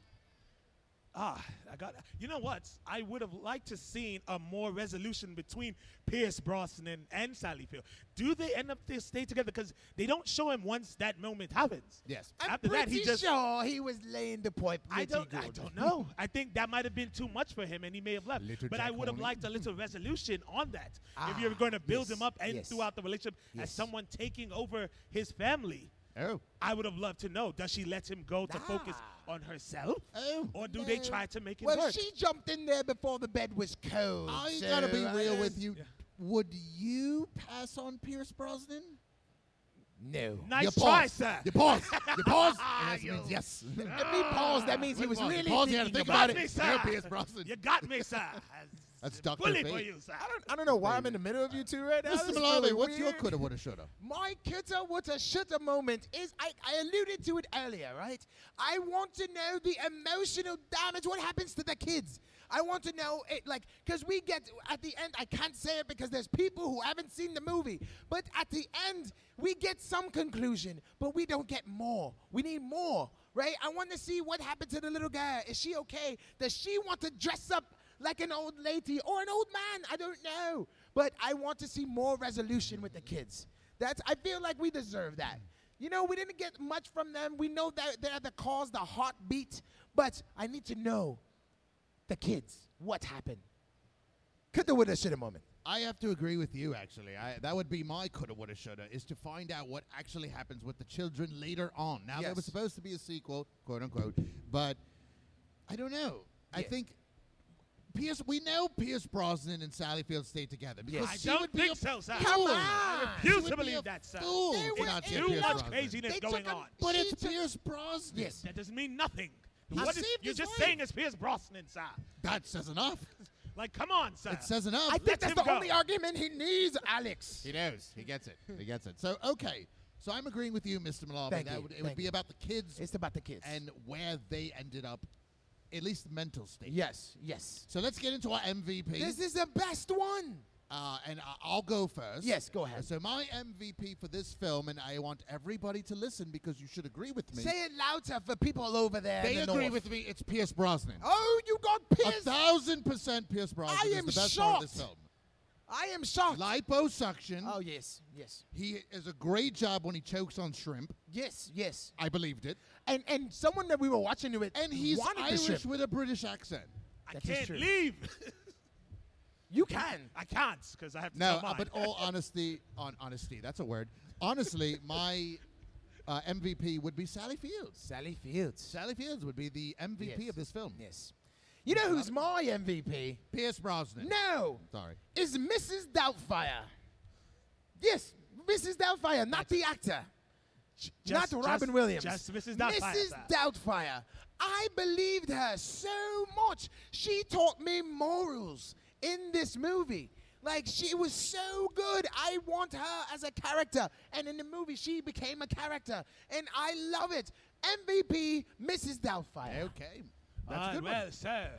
Ah, I got. You know what? I would have liked to seen a more resolution between Pierce Brosnan and Sally Field. Do they end up to stay together? Because they don't show him once that moment happens. Yes. I'm After that, pretty he just. sure he was laying the pipe. I pretty don't. I good. don't know. I think that might have been too much for him, and he may have left. Little but I Jack would have Horner. liked a little resolution on that. if Ah, you're going to build yes, him up and yes, throughout the relationship as yes. someone taking over his family. Oh. I would have loved to know. Does she let him go to focus Ah. on herself, Oh, or do they no. try to make it well, work? she jumped in there before the bed was cold. I so gotta be I real don't- with you. Would you pass on Pierce Brosnan? No. nice you try, pause. sir. You pause. You [laughs] pause. and that means yes. If he paused, that means he Wait, was pause. really Pause, thinking you had to think about, about it. it. me, sir. Yeah, Pierce Brosnan. You got me, sir. [laughs] That's Dr. Bully for Fate. you, sir. I don't, I don't know why I'm in the middle of you two right now. Mr. This is Malave, really what's your weird. coulda, woulda, shoulda? My kidda woulda shoulda moment is I, I alluded to it earlier, right? I want to know the emotional damage. What happens to the kids? I want to know it, like, because we get at the end. I can't say it because there's people who haven't seen the movie. But at the end, we get some conclusion, but we don't get more. We need more, right? I want to see what happened to the little girl. Is she okay? Does she want to dress up like an old lady or an old man? I don't know. But I want to see more resolution with the kids. That's I feel like we deserve that. You know, we didn't get much from them. We know that they're the cause, the heartbeat, but I need to know the kids. What happened? Coulda, woulda, shoulda moment. I have to agree with you, actually. I, that would be my coulda, woulda, shoulda, is to find out what actually happens with the children later on. Now, there was Yes. supposed to be a sequel, quote unquote, but I don't know. I Yeah. think Pierce, we know Pierce Brosnan and Sally Field stayed together because I she don't would be think a so, sir. Come fool. on. She You would to be believe a that, sir. fool They to were not get in Too Pierce much Brosnan. craziness They took going a- on. But She it's took- Pierce Brosnan. Yes. That doesn't mean nothing. He What is, saved you're his just life. saying it's Pierce Brosnan, sir. That says enough. Like, come on, sir. It says enough. I let think that's him the go. only argument he needs, Alex. He knows. He gets it. He gets it. So okay. So I'm agreeing with you, Mr. Malabi. Thank that you. Would, it would Thank be you. about the kids It's about the kids. and where they ended up, at least the mental state. yes, yes. So let's get into our MVP. This is the best one. uh, and I- I'll go first. Yes, go ahead. So my MVP for this film, and I want everybody to listen because you should agree with me. Say it louder for people over there. they in the agree north. with me. It's Pierce Brosnan. Oh, you got A pissed. thousand percent Pierce Brosnan I is am the best part of this shocked. film. I am shocked. Liposuction. oh yes, yes, He is a great job when he chokes on shrimp. yes, yes. I believed it. And and someone that we were watching it with, And he's wanted the Irish shrimp. with a British accent. I That is can't true. leave. You can. I can't because I have to No, tell uh, mine. but all honesty, on honesty, that's a word. Honestly, my uh, MVP would be Sally Fields. Sally Fields. Sally Fields would be the MVP Yes. of this film. Yes. You know who's my MVP? Pierce Brosnan. No. Sorry. Is Mrs. Doubtfire. Yes, Mrs. Doubtfire, not the actor. Just- not just- Robin Williams. Just Mrs. Doubtfire. Mrs. sir. Doubtfire. I believed her so much. She taught me morals in this movie. Like she was so good. I want her as a character. And in the movie, she became a character. And I love it. MVP, Mrs. Doubtfire. Okay. All oh, That's right, a good. well, one. sir,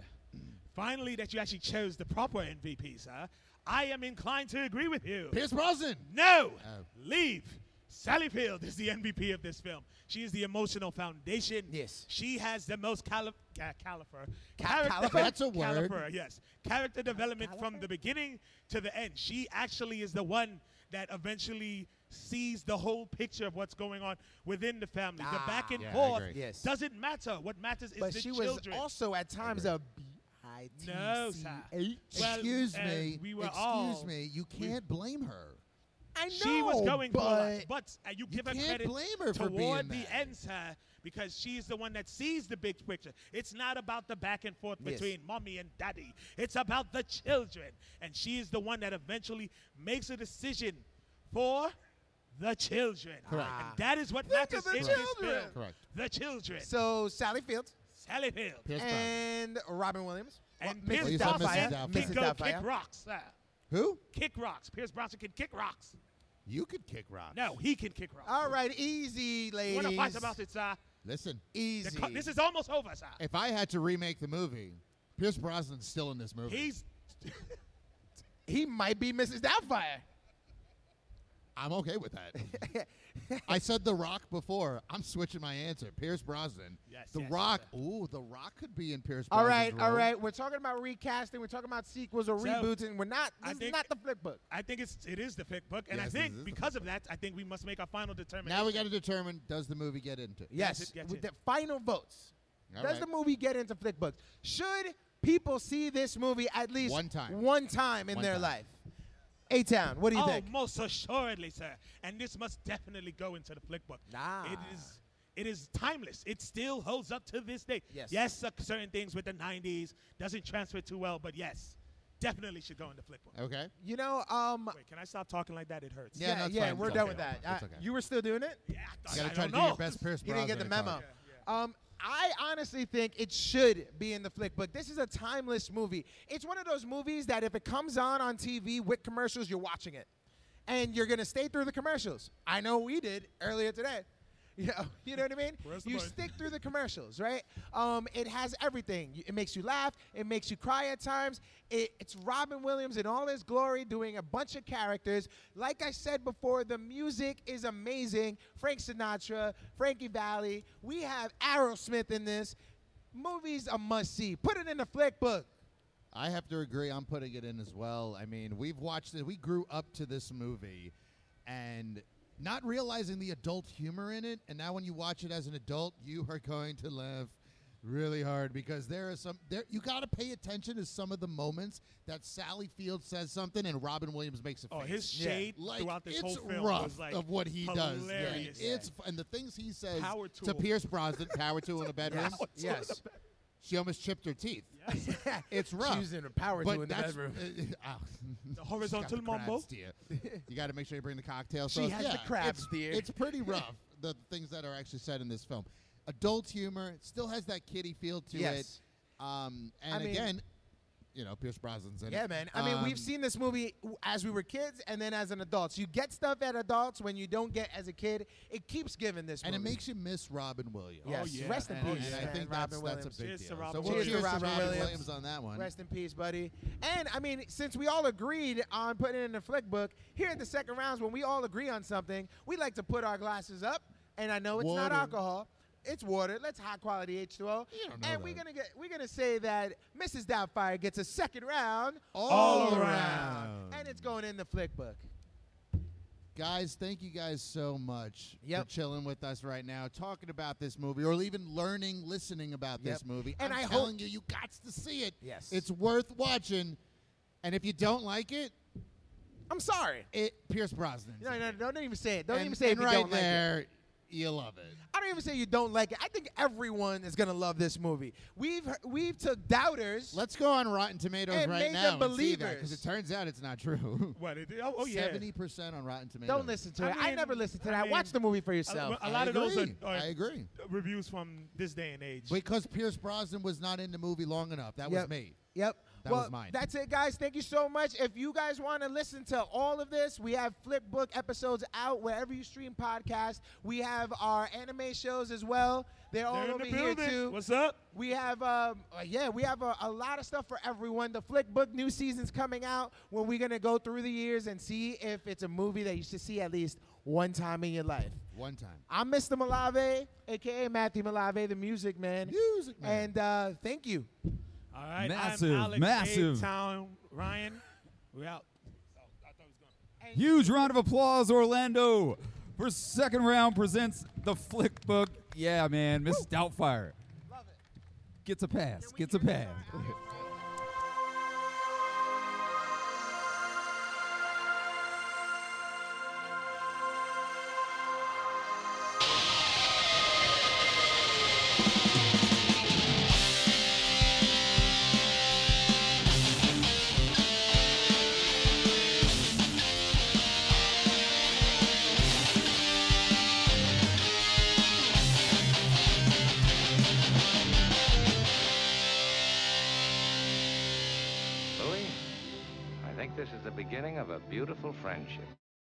finally that you actually chose the proper MVP, sir. I am inclined to agree with you. Pierce Brosnan. No, Oh. leave. Sally Field is the MVP of this film. She is the emotional foundation. Yes. She has the most calif- uh, califer. Ca- character- califer? That's a word. Califer, yes. Character development from the beginning to the end. She actually is the one that eventually sees the whole picture of what's going on within the family. the Ah. back and Yeah, I forth agree. Yes. doesn't matter. What matters is but the she children. was also at times a B.I.T.C.H.. No, sir. Well, Excuse uh, me. we were Excuse all- me. You can't blame her. I know. she was going for a lot, but but uh, you you give her can't credit blame her for being toward the mad. end, sir, because she's the one that sees the big picture. It's not about the back and forth Yes. between mommy and daddy. It's about the children, and she is the one that eventually makes a decision for the children. Correct. And that is what Think matters of the in this children. film. Correct. The children. So Sally Fields Sally Field Pierce Brosnan. and Robin Williams and Well, Pierce you Mrs. said Mrs. Doubtfire Doubtfire. can Mrs. go kick Doubtfire. rocks, sir. Who? Kick rocks. Pierce Bronson can kick rocks. You could kick rocks. No, he can kick rocks. All right, easy, You ladies. want to fight about it, sir? Listen, The Easy. co- this is almost over, sir. if I had to remake the movie, Pierce Brosnan's still in this movie. He's he might be Mrs. Doubtfire. I'm okay [laughs] with that. I said The Rock before. I'm switching my answer. Pierce Brosnan. Yes, The yes, Rock. Ooh, The Rock could be in Pierce All Brosnan's right, all role. right. We're talking about recasting. We're talking about sequels or So, reboots, and we're not. I This is think- not the flip book. I think it's it is the fake book, and Yes, I this think is the because of that, I think we must make our final determination. Now we got to determine does the movie get into? it? Yes, it gets with in. the final votes. All Does right. the movie get into flick books? Should people see this movie at least One time. one time in One their time. life? A Town, what do you oh, think? most assuredly, sir. And this must definitely go into the flick book. Nah. It is it is timeless. It still holds up to this day. Yes. Yes, cer- certain things with the '90s doesn't transfer too well, but yes, definitely should go in the flick book. Okay. You know, um, Wait, can I stop talking like that? It hurts. Yeah, no, it's yeah, fine. we're It's done okay. with that. It's I- okay. you were still doing it? Yeah, I, thought- You got I to try to don't do know. your best Pierce You Brosnan. didn't get the memo. talk. Um, I honestly think it should be in the flick book. This is a timeless movie. It's one of those movies that if it comes on on TV with commercials, you're watching it, and you're gonna stay through the commercials. I know we did earlier today. [laughs] You know, you know what I mean? Where's the You button? stick through the commercials, right? Um, it has everything. You- It makes you laugh. It makes you cry at times. It, it's Robin Williams in all his glory doing a bunch of characters. Like I said before, the music is amazing. Frank Sinatra, Frankie Valley. We have Aerosmith in this. Movie's a must see. Put it in the flick book. I have to agree. I'm putting it in as well. I mean, we've watched it. We grew up to this movie, and not realizing the adult humor in it. And now, when you watch it as an adult, you are going to laugh really hard because there are some. There, you got to pay attention to some of the moments that Sally Field says something and Robin Williams makes a Oh, face. his Yeah. shade like throughout this it's whole film rough was like of what he does. Yeah, hilarious. It's f- and the things he says Power to tool. Pierce Brosnan, power tool [laughs] in the bedroom. Yes. [laughs] She almost chipped her teeth. It's rough. She was in a power But tool in the that's- bedroom. uh, [laughs] uh, The Oh, horizontal She's got the mumbo. crabs to you. You got to make sure you bring the cocktail. She sauce. has the Yeah, crabs it's, dear. It's [laughs] pretty rough. the things that are actually said in this film, adult humor it still has that kiddie feel to Yes. it. Um, and I mean- again, you know, Pierce Brosnan's in it. Yeah, man. I mean, Um, we've seen this movie w- as we were kids and then as an adult. You get stuff at adults when you don't get as a kid. It keeps giving this and it movie. makes you miss Robin Williams. Yes. yeah. Rest in And, peace. and I man, think Robin that's, Williams. that's a big Cheers to deal. Robin so Williams. we'll cheers to Robin Williams. Williams on that one. Rest in peace, buddy. And I mean, since we all agreed on putting it in the flick book, here in the second rounds, when we all agree on something, we like to put our glasses up. And I know it's not Water. alcohol. It's water. Let's high quality H2O. You don't know And we're that. gonna get we're gonna say that Mrs. Doubtfire gets a second round All around. And it's going in the flick book. Guys, thank you guys so much Yep. for chilling with us right now, talking about this movie, or even learning, listening about this Yep. movie. And I'm I hope- telling you, you got to see it. Yes. it's worth watching. And if you don't like it, I'm sorry. it Pierce Brosnan. No, no, no, don't even say it. Don't and, even say it and if you right don't like it. there, you love it. I don't even say you don't like it. I think everyone is gonna love this movie. We've we've took doubters. Let's go on Rotten Tomatoes And right made now them and see that believers. because it turns out it's [laughs] not true. What? It, oh, oh, yeah. seventy percent on Rotten Tomatoes. don't listen to I it. I mean- never listened to I that. mean, uh, Watch the movie for A- yourself. A, lot of those are, agree. are I agree. reviews from this day and age. because Pierce Brosnan was not in the movie long enough. That was Yep. me. Yep. That well, was mine. That's it, guys. Thank you so much. If you guys want to listen to all of this, we have Flipbook episodes out wherever you stream podcasts. We have our anime shows as well. They're all They're in over the here building. too. What's up? We have, um, uh, yeah, we have a, a lot of stuff for everyone. The Flick Book new season's coming out where we're going to go through the years and see if it's a movie that you should see at least one time in your life. One time. I'm Mr. Malave, a.k.a. Matthew Malave, the music man. Music man. And uh, thank you. All right. Massive, I'm Alex massive. Town Ryan. We're out. Oh, I thought he was gone. Huge round of applause, Orlando, for second round presents the flick book. Yeah, man, Miss Doubtfire Love it. gets a pass, Can we gets a hear pass. this on our album? Louis, I think this is the beginning of a beautiful friendship.